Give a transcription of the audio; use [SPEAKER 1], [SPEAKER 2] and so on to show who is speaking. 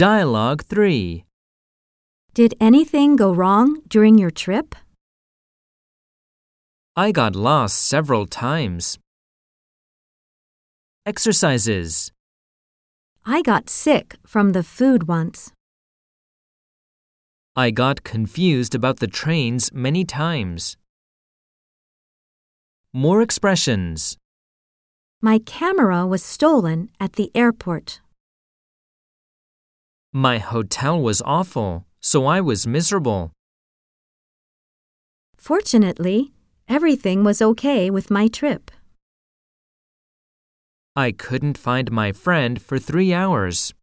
[SPEAKER 1] Dialogue 3.
[SPEAKER 2] Did anything go wrong during your trip?
[SPEAKER 1] I got lost several times. Exercises.
[SPEAKER 2] I got sick from the food once.
[SPEAKER 1] I got confused about the trains many times. More expressions.
[SPEAKER 2] My camera was stolen at the airport.
[SPEAKER 1] My hotel was awful, so I was miserable.
[SPEAKER 2] Fortunately, everything was okay with my trip.
[SPEAKER 1] I couldn't find my friend for three hours.